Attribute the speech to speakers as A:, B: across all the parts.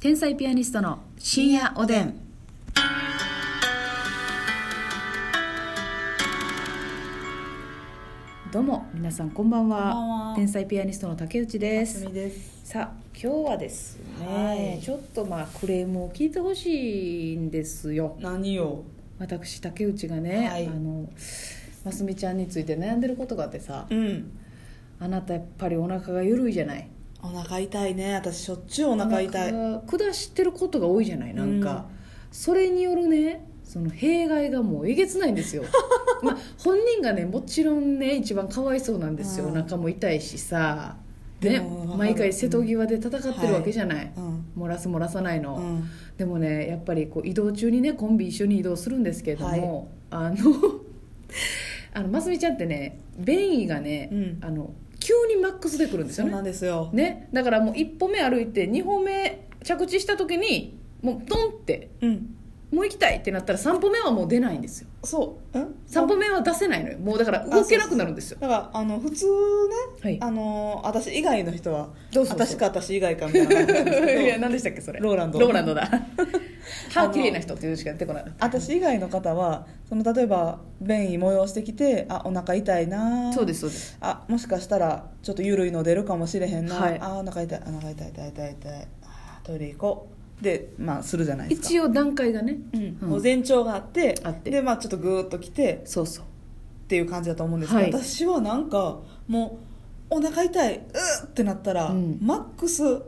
A: 天才ピアニストの深夜おでん。どうも皆さんこんばんは。
B: こんばんは
A: 天才ピアニストの竹内です。
B: です
A: さあ今日はですね、
B: はい
A: ちょっとまあクレームを聞いてほしいんですよ。
B: 何を
A: 私竹内がね、
B: はい
A: あのますみちゃんについて悩んでることがあってさ、
B: うん
A: あなたやっぱりお腹が緩いじゃない。
B: お腹痛いね私しょっちゅうお腹痛い
A: お腹が下してることが多いじゃないなんか、それによるねその弊害がもうえげつないんです よまあ本人がねもちろんね一番かわいそうなんですよお
B: うん
A: 腹も痛いしさ
B: で
A: ね
B: もわかる
A: 毎回瀬戸際で戦ってるわけじゃない、
B: うん
A: 漏らす漏らさないの、
B: うん
A: でもねやっぱりこう移動中にねコンビ一緒に移動するんですけれども、あの あのますみちゃんってね便意がね、
B: うん
A: あの急にマックスでくるんです
B: そ
A: よ
B: う
A: ね
B: なんですよ
A: ね、だからもう1歩目歩いて2歩目着地した時にもうドンって
B: うん
A: もう行きたいってなったら3歩目はもう出ないんですよ
B: そううん
A: 3歩目は出せないのよもうだから動けなくなるんですよ
B: だからあの普通
A: はい
B: ねあの私以外の人は
A: どうぞどうぞ
B: 私か私以外かみたいな感じなんで す
A: いや
B: けど
A: 何でしたっけそれ
B: ローランド
A: ローランド だ
B: あ
A: 歯
B: の
A: 綺麗な人っていうのしか出てこなかった
B: 私以外の方はその例えば便意催してきてあお腹痛いな
A: そう
B: す
A: ですそうです
B: あもしかしたらちょっと緩いの出るかもしれへんな、
A: はい
B: あお腹痛いお腹痛い痛い痛い痛いあートイレ行こうでまあするじゃないですか
A: 一応段階がね、
B: うん
A: うん
B: もう前兆があって
A: あって
B: でまあちょっとグーッと来て
A: そうそう
B: っていう感じだと思うんですけど、
A: はい
B: 私はなんかもうお腹痛いうーってなったら、
A: うん
B: マックス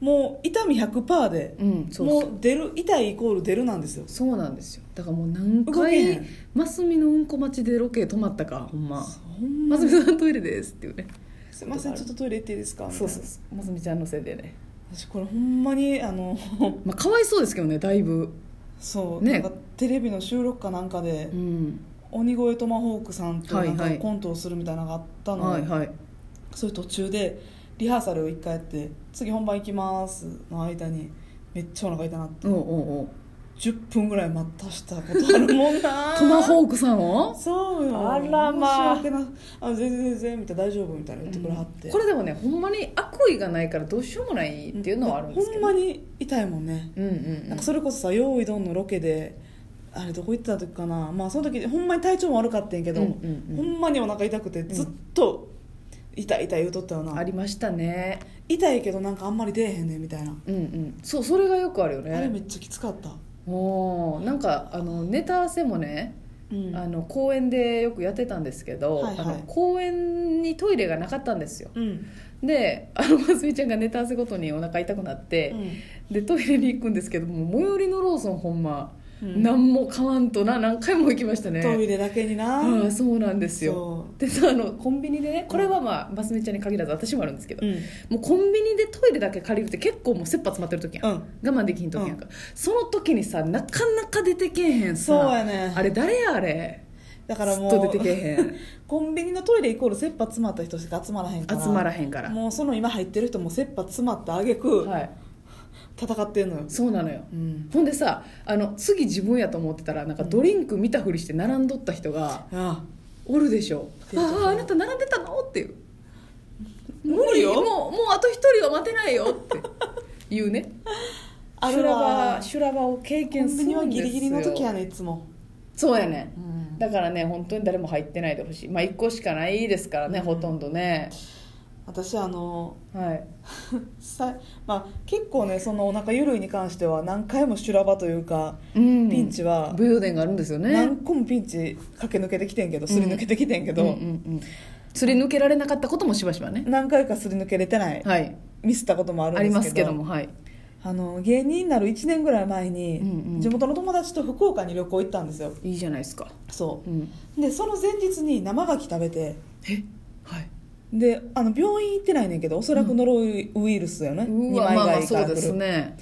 B: もう痛み100%で、
A: うんそうそう
B: もう出る痛いイコール出るなんですよ
A: そうなんですよだからもう何
B: 動けへ
A: 回
B: ん
A: ますみのうんこ待ちでロケ止まったかほんま
B: ほんま
A: ます
B: に
A: みさんトイレですっていうね
B: すいませんちょっとトイレ行っていいですかみたい
A: そ
B: な
A: うそうそうますみちゃんのせいでね
B: 私これほんまにあの
A: まあ、かわいそうですけどねだいぶ、
B: そう、
A: ね
B: なんかテレビの収録かなんかで、
A: ん、
B: 鬼越トマホークさんとなん
A: はい
B: か
A: はい
B: コントをするみたいなのがあったの、
A: はいはい
B: それ途中でリハーサルを一回やって次本番行きますの間にめっちゃお腹痛なって
A: おうおうおう
B: 10分ぐらい待たしたことあるもんな
A: ト マホークさんを
B: そうよ
A: あらまあ
B: 申し訳ないあ全然全然みたいな大丈夫みたいな言ってくれはって、
A: これでもねほんまに悪意がないからどうしようもないっていうのはあるんですけど、
B: ほんまに痛いもんね、
A: うんうんう
B: なん
A: ん
B: かそれこそさ「用意どん」のロケであれどこ行ってた時かなまあその時ほんまに体調も悪かったんやけど、
A: うんうんうん
B: ほんまにお腹痛くてずっと痛い痛い言うとったよな、
A: ありましたね
B: 痛いけどなんかあんまり出えへんねんみたいな、
A: うんうんそうそれがよくあるよ
B: あれめ
A: ね
B: っちゃきつかった、
A: おーなんかあのネタ合わせもね、
B: うん
A: あの公園でよくやってたんですけど、
B: はいはい
A: あの公園にトイレがなかったんですよ
B: うん
A: であのますみちゃんがネタ合わせごとにお腹痛くなって、でトイレに行くんですけども最寄りのローソンほんま、
B: うん
A: 何も買わんとな何回も行きましたね
B: トイレだけにな、
A: ああそうなんですよで
B: そ
A: さあのコンビニでねこれはまあますみちゃんに限らず私もあるんですけど、
B: ううん
A: もうコンビニでトイレだけ借りるって結構もう切羽詰まってる時やん、
B: うん
A: 我慢できひん時やんか、その時にさなかなか出てけえへんさ
B: そうやね
A: あれ誰やあれ
B: だから
A: ずっ
B: も
A: と出てけ
B: う
A: えへん
B: コンビニのトイレイコール切羽詰まった人しか集まらへんから
A: 集まらへんから
B: もうその今入ってる人も切羽詰まった挙句
A: はい
B: 戦ってんのよ、
A: そうなのよ
B: うん
A: ほんでさあの次自分やと思ってたらなんかドリンク見たふりして並んどった人が、
B: あ
A: おるでしょ
B: 出るとこ
A: あああなた並んでたのっていう
B: 無理よ
A: もうもうあと一人は待てないよっていうね
B: ああ
A: 修
B: る
A: 羅場
B: わ
A: 修羅場を経
B: コ
A: 験
B: ン
A: す
B: ビ
A: るんです
B: ニ
A: よ
B: はギリギリの時やねいつも、
A: そうやね
B: うん
A: だからね本当に誰も入ってないでほしいまあ1個しかないですからね、
B: うん
A: ほとんどね
B: 私あの
A: はい
B: さ、まあ、結構ねそのお腹ゆるいに関しては何回も修羅場というか、
A: うん
B: ピンチは
A: 武勇伝があるんですよね
B: 何個もピンチ駆け抜けてきてんけどすり抜けてきてんけど、
A: うんうんうんすり抜けられなかったこともしばしばね
B: 何回かすり抜けれてない、
A: はい
B: ミスったこともあるん
A: あ
B: ですけ
A: り
B: ど
A: ますけどもはい
B: あの芸人になる1年ぐらい前に、
A: うんうん
B: 地元の友達と福岡に旅行行ったんですよ
A: いいじゃないですか
B: そ
A: うん
B: うでその前日に生牡蠣食べて
A: えはい
B: であの病院行ってないねんけどおそらくノロウイルスよね、
A: う
B: 二
A: わ
B: 枚
A: まあまあ
B: 貝か
A: そ
B: ら
A: う
B: 来る、
A: ですね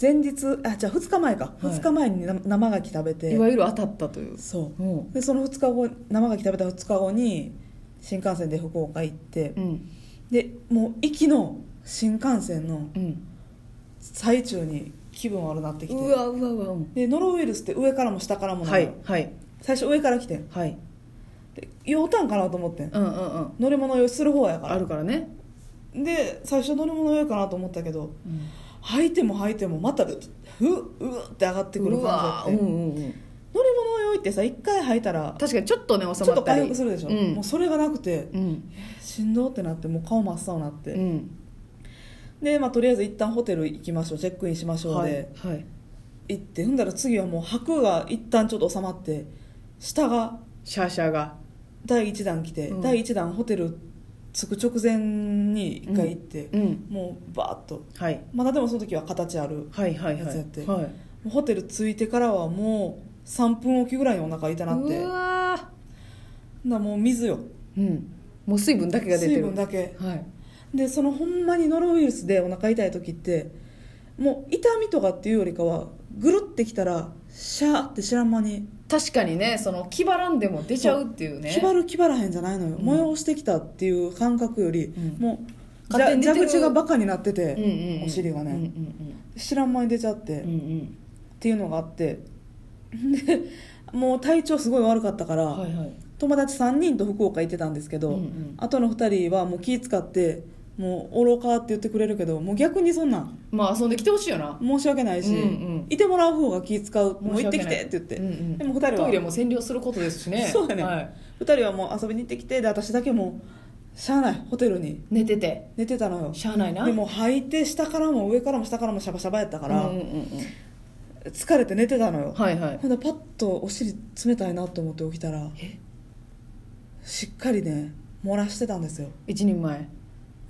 B: 前日あじゃあ2日前か、
A: い
B: 2日前に生生牡蠣食べ
A: い
B: て
A: わゆる当たったという
B: そううでその2日後生牡蠣食べた2日後に新幹線で福岡行って、
A: ん
B: でもう行きの新幹線の
A: うん
B: 最中に気分悪なってき
A: う
B: て
A: わうわうわうん
B: でノロウイルスって上からも下からもなの
A: は
B: よ
A: いはい
B: 最初上から来てん
A: はい
B: で酔うたんかなと思ってん
A: うんうんうん
B: 乗り物酔いする方やか
A: あ
B: ら
A: るからね
B: で最初乗り物酔いかなと思ったけど吐いても吐いてもまたうっうっうっって上がってくる
A: う
B: 感
A: わー
B: じだ
A: う
B: って
A: んうんうん
B: 乗り物を置いてさ一回吐いたら
A: 確かにちょっとね収
B: ちょ
A: ま
B: っ
A: ったり
B: と回復するでしょ、
A: うん
B: もうそれがなくて
A: うん
B: しんどってなってもう顔真っ青になって、
A: うん
B: で、まあ、とりあえず一旦ホテル行きましょうチェックインしましょうで、
A: はいはい
B: 行って踏んだら次はもう白が一旦ちょっと収まって下が
A: シャーシャーが
B: 第1弾来て、
A: うん
B: 第1弾ホテル着く直前に一回行って、
A: うん
B: もうバーッと
A: はい
B: まだでもその時は形ある
A: はいはいはい
B: やつやって
A: はい
B: もうホテル着いてからはもう3分おきぐらいにお腹痛なって
A: うわ
B: なもう水よ
A: ーうんもう水分だけが出てる
B: 水分だけ
A: はい
B: でそのほんまにノロウイルスでお腹痛い時ってもう痛みとかっていうよりかはぐるってきたらシャーって知らん間に
A: 確かにねその気張らんでも出ちゃうっていうね
B: 気張る気張らへんじゃないのよ、
A: うん
B: 催してきたっていう感覚より、
A: うん
B: もう
A: 勝手に出て
B: 蛇
A: る
B: 口がバカになって
A: う
B: て、
A: んうんうん
B: お尻が
A: うん
B: ね、
A: うん
B: 知らん間に出ちゃって、
A: うんうん
B: っ
A: うん
B: ていうのがあって でもう体調すごい悪かったから、
A: うんはいはい
B: 友達3人と福岡行ってたんですけど、
A: うんうん
B: あとの2人はもう気使ってもう愚かって言ってくれるけどもう逆にそんなん
A: まあ遊んできてほしいよな
B: 申し訳ないし、
A: うんうん
B: いてもらう方が気使うもう
A: 申し
B: 行っ
A: 訳
B: てき
A: ない
B: てって言って、
A: うんうん
B: でも2人
A: ト
B: は
A: イレも占領することですしね
B: そうやね
A: はい
B: 2人はもう遊びに行ってきてで私だけもうしゃあないホテルに
A: 寝てて
B: 寝てたのよ
A: しゃあないな
B: でも履いて下からも上からも下からもシャバシャバやったか、
A: からうんうんうん
B: 疲れて寝てたのよ、
A: はいはい
B: ほんでパッとお尻冷たいなと思って起きたら
A: え
B: しっかりね漏らしてたんですよ、
A: 一人前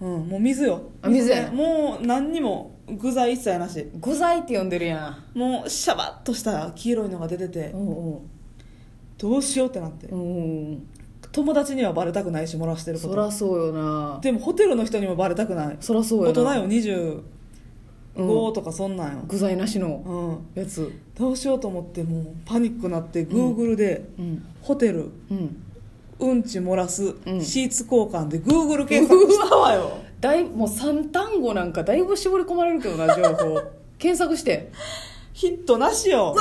B: うん、もう水よ
A: あ水や
B: ねもう何にも具材一切なし
A: 具材って呼んでるやん
B: もうシャバッとした黄色いのが出てて
A: うんうん
B: どうしようってなって
A: うんうん
B: 友達にはバレたくないし漏らしてるこ
A: そ
B: と
A: らそうよな
B: でもホテルの人にもバレたくない
A: そらそう
B: 大
A: よ
B: 人
A: な
B: よ25
A: うん
B: とかそんなんよ、
A: 具材なしの
B: うん、
A: やつ
B: どうしようと思ってもうパニックになってグーグルで、
A: うん
B: ホテル
A: うん
B: うんち漏らす、
A: うん
B: シーツ交換で Google 検索したわよ
A: だいもう3単語なんかだいぶ絞り込まれるけど な情報検索して
B: ヒットなしよ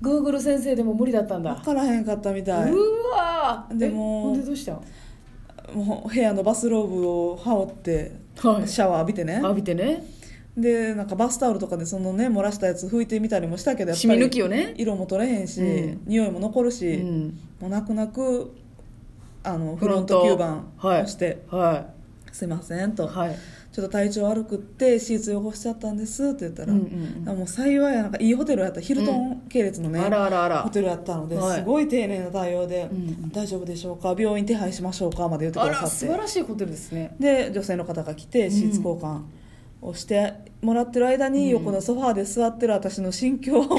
A: グーグル先生でも無理だったんだ
B: 分からへんかったみたいう
A: わー
B: でも
A: えほんでどうしたん
B: もう部屋のバスローブを羽織って
A: はい
B: シャワー浴びてね
A: 浴びてね
B: でなんかバスタオルとかでそのね漏らしたやつ拭いてみたりもしたけどやっぱ
A: 染み抜き
B: り
A: よね
B: 色も取れへんし、
A: うん
B: 匂いも残るし、
A: うん
B: もう泣く泣くあのフ
A: フ
B: ロ
A: ロ
B: ン
A: ン
B: ト
A: ト
B: 吸盤
A: はい
B: をして
A: は
B: 「すいません」
A: い
B: と
A: はい
B: 「ちょっと体調悪くってシーツ汚しちゃったんです」って言ったら、
A: うんうん
B: あもう幸いなんかいいホテルやったヒルトン系列の
A: う
B: ね、
A: んあらあらあら
B: ホテルやったので、
A: はい
B: すごい丁寧な対応で、
A: うん
B: 大丈夫でしょうか病院手配しましょうかまで言って
A: あ
B: く
A: ら
B: ださ
A: 素
B: っ
A: 晴
B: て
A: らしいホテルですね
B: で女性の方が来て
A: ん
B: シーツ交換をしてもらってる間
A: う
B: に、
A: ん
B: 横のソファーで座ってる私の心 境はもう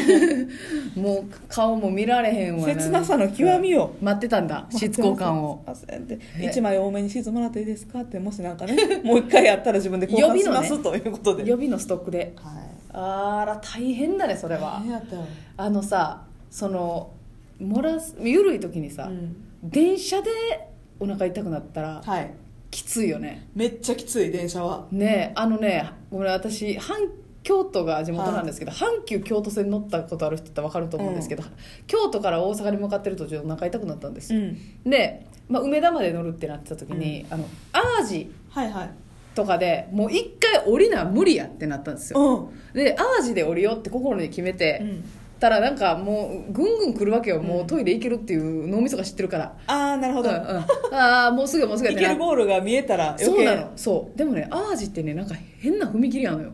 A: もう顔も見られへんわ
B: 切なさの極みよ
A: 待ってたんだシーツ交換を
B: すいませんって
A: ね
B: 1枚多めにシーツもらっていいですかってもしなんかね もう1回やったら自分で交換します、
A: 予
B: ということで
A: 予備のストックで
B: はい
A: あら大変だねそれは
B: ねやったよ
A: あのさその漏らすゆるい時にさ、
B: うん
A: 電車でお腹痛くなったら
B: はい
A: きついよね
B: めっちゃきつい電車は
A: ねえあのねごめん私阪京都が地元なんですけど、阪急京都線乗ったことある人って分かると思うんですけど、京都から大阪に向かってる途中でお腹痛くなったんです
B: う
A: よ、
B: ん
A: で、まあ、梅田まで乗るってなってた時に、あのアージ
B: はいはい
A: とかでもう一回降りな無理やってなったんですよ、
B: うん
A: でアージで降りようって心に決めて、
B: うん
A: たらなんかもうぐんぐん来るわけよ、もうんうトイレ行けるっていう脳みそが知ってるから、
B: ああなるほ
A: うんう
B: ど、
A: ん、ああもうすぐやもうすぐや
B: い
A: って
B: け
A: な
B: るゴールが見えたら余計
A: そうなのそうでもね淡路ってねなんか変な踏切なのよ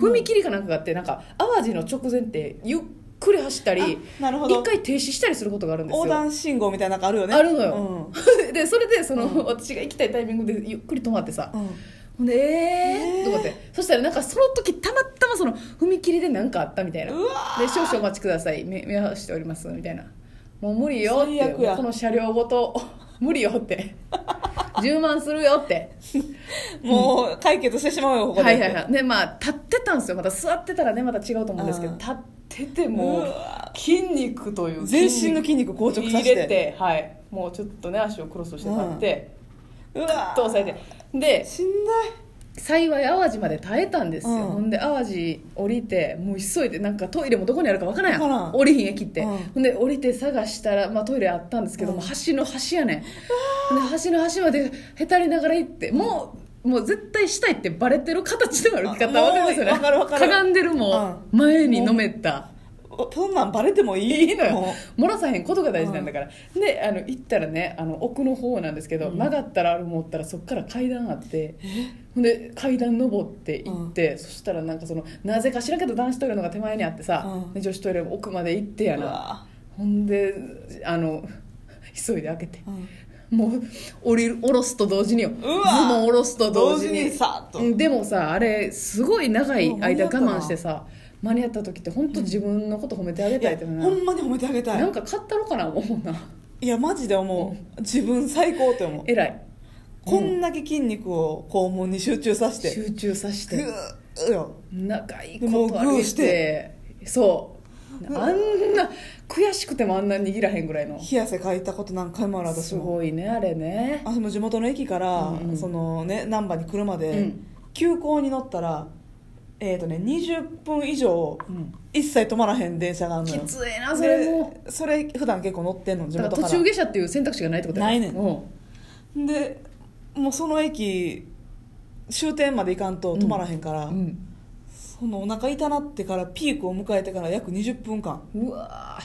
A: 踏切かなんかがあってなんか淡路の直前ってゆっくり走ったり
B: あなるほど
A: 一回停止したりすることがあるんです
B: 横
A: よ
B: 断信号みたいなのがあるよね
A: あるの
B: うん
A: よ、 でそれでその、
B: うん
A: 私が行きたいタイミングでゆっくり止まってさ、
B: うん
A: ほんでえ
B: えー
A: ー、と思ってそしたらなんかその時たまたまその踏切で何かあったみたいな
B: うわ
A: で少々お待ちください目目合わせておりますみたいなもう無理よって
B: 最悪や
A: もうこの車両ごと 無理よって 10万するよって
B: もう解決してしまうよここで、
A: はいはいはいでまあ立ってたんですよまた座ってたらねまた違うと思うんですけ
B: う
A: ど
B: ん
A: 立ってて
B: も
A: も
B: う
A: う筋肉という
B: 全身の筋肉硬直させて
A: 入れてはいもうちょっとね足をクロスして立って
B: うわ
A: と押さえてで
B: しんど
A: 幸い淡路まで耐えたんですよ、
B: うん
A: ほんで淡路降りてもう急いでなんかトイレもどこにあるかわからんやん
B: わからん
A: 降りひん駅って、
B: うん
A: ほんで降りて探したら、まあ、トイレあったんですけど
B: うん
A: も、橋の端やねんほんで橋の端までへたりながら行ってもうもう絶対したいってバレてる形の歩き方
B: あ
A: わかりますよね
B: もうわかるわかる
A: かがんでるも前にのめった
B: おそんなんバレてもいい
A: いいのよ
B: も
A: 漏らさへんことが大事なんだから、であの行ったらねあの奥の方なんですけど、
B: うん
A: 曲がったらあるもったらそこから階段あってほんで階段登って行って、そしたらなんかそのなぜか知らんけど男子トイレのが手前にあってさ、
B: うん
A: で女子トイレも奥まで行って
B: う
A: や
B: う
A: な
B: わ
A: ほんであの急いで開けて
B: うん
A: もう降りる下ろすと同時によズ
B: うわ
A: ボン下ろすと同時
B: 同時
A: に
B: にさっと
A: うんでもさあれすごい長い
B: うん間に
A: 間
B: 合
A: 我
B: ったな
A: 慢してさ間に合った時って本当自分のこと褒めてあげ
B: い
A: たい
B: や
A: って
B: ほ
A: な、
B: んまに褒めてあげた
A: なん
B: い
A: か買ったのかな思 うない
B: やマジで思う自分最高って思う
A: 偉い
B: こんだけ筋肉を肛門に集中させて
A: 集中させ
B: グ
A: て
B: ーよ
A: 長い
B: も
A: こ
B: うグ
A: と
B: ー
A: 歩い
B: して
A: そう
B: うわ
A: あんな悔しくてもあんな握らへんぐらいの
B: 冷や汗かいたこと何回もある私
A: す
B: も
A: ごいねあれね
B: 私も地元の駅から、
A: うんうん
B: そのね難波に車で、
A: うん
B: 急行に乗ったらえっ、とね20分以上
A: うん
B: 一切止まらへん電車があるの
A: き
B: よ
A: ついなそれも
B: でそれ普段結構乗ってんの地
A: だから
B: 元から
A: 途中下車っていう選択肢がないってことや
B: ないねん
A: うん
B: でもうその駅終点まで行かんと止まらへんから、
A: うん
B: そのお腹痛なってからピークを迎えてから約20分間
A: うわ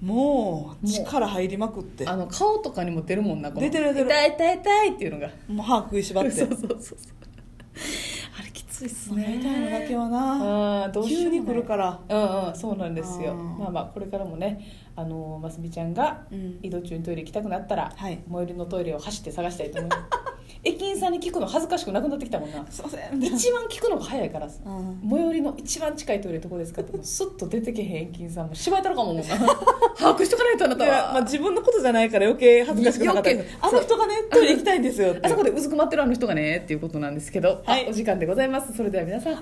B: もう力入りまくって
A: ーあの顔とかにも出るもんなこの
B: 出てる出てる
A: 痛い痛い痛いっていうのが
B: もう歯食いしばって
A: そうそうそうそうあれきついっすね
B: 痛いのだけはな
A: ああどうし
B: 急
A: ようも
B: に来る
A: ら
B: から
A: うんうんそうなんですよ
B: あー
A: まあまあこれからもねあのーますみちゃんが
B: うん
A: 移動中にトイレ行きたくなったら、
B: はい
A: 最寄りのトイレを走って探したいと思います 駅員さんに聞くの恥ずかしくなくなってきたもんな
B: すいません
A: 一番聞くのが早いからさ
B: うん
A: 最寄りの一番近いトイレどこですか ってもうスッと出てけへん駅員さんも縛えたのか ももうな把握しとかないとあないたは
B: やまあ、自分のことじゃないから余計恥ずかしくなかった
A: 余計
B: あの人がねトイレ行きたいんですよって
A: あそこでうずくまってるあの人がねっていうことなんですけど、
B: はい
A: あお時間でございますそれでは皆さん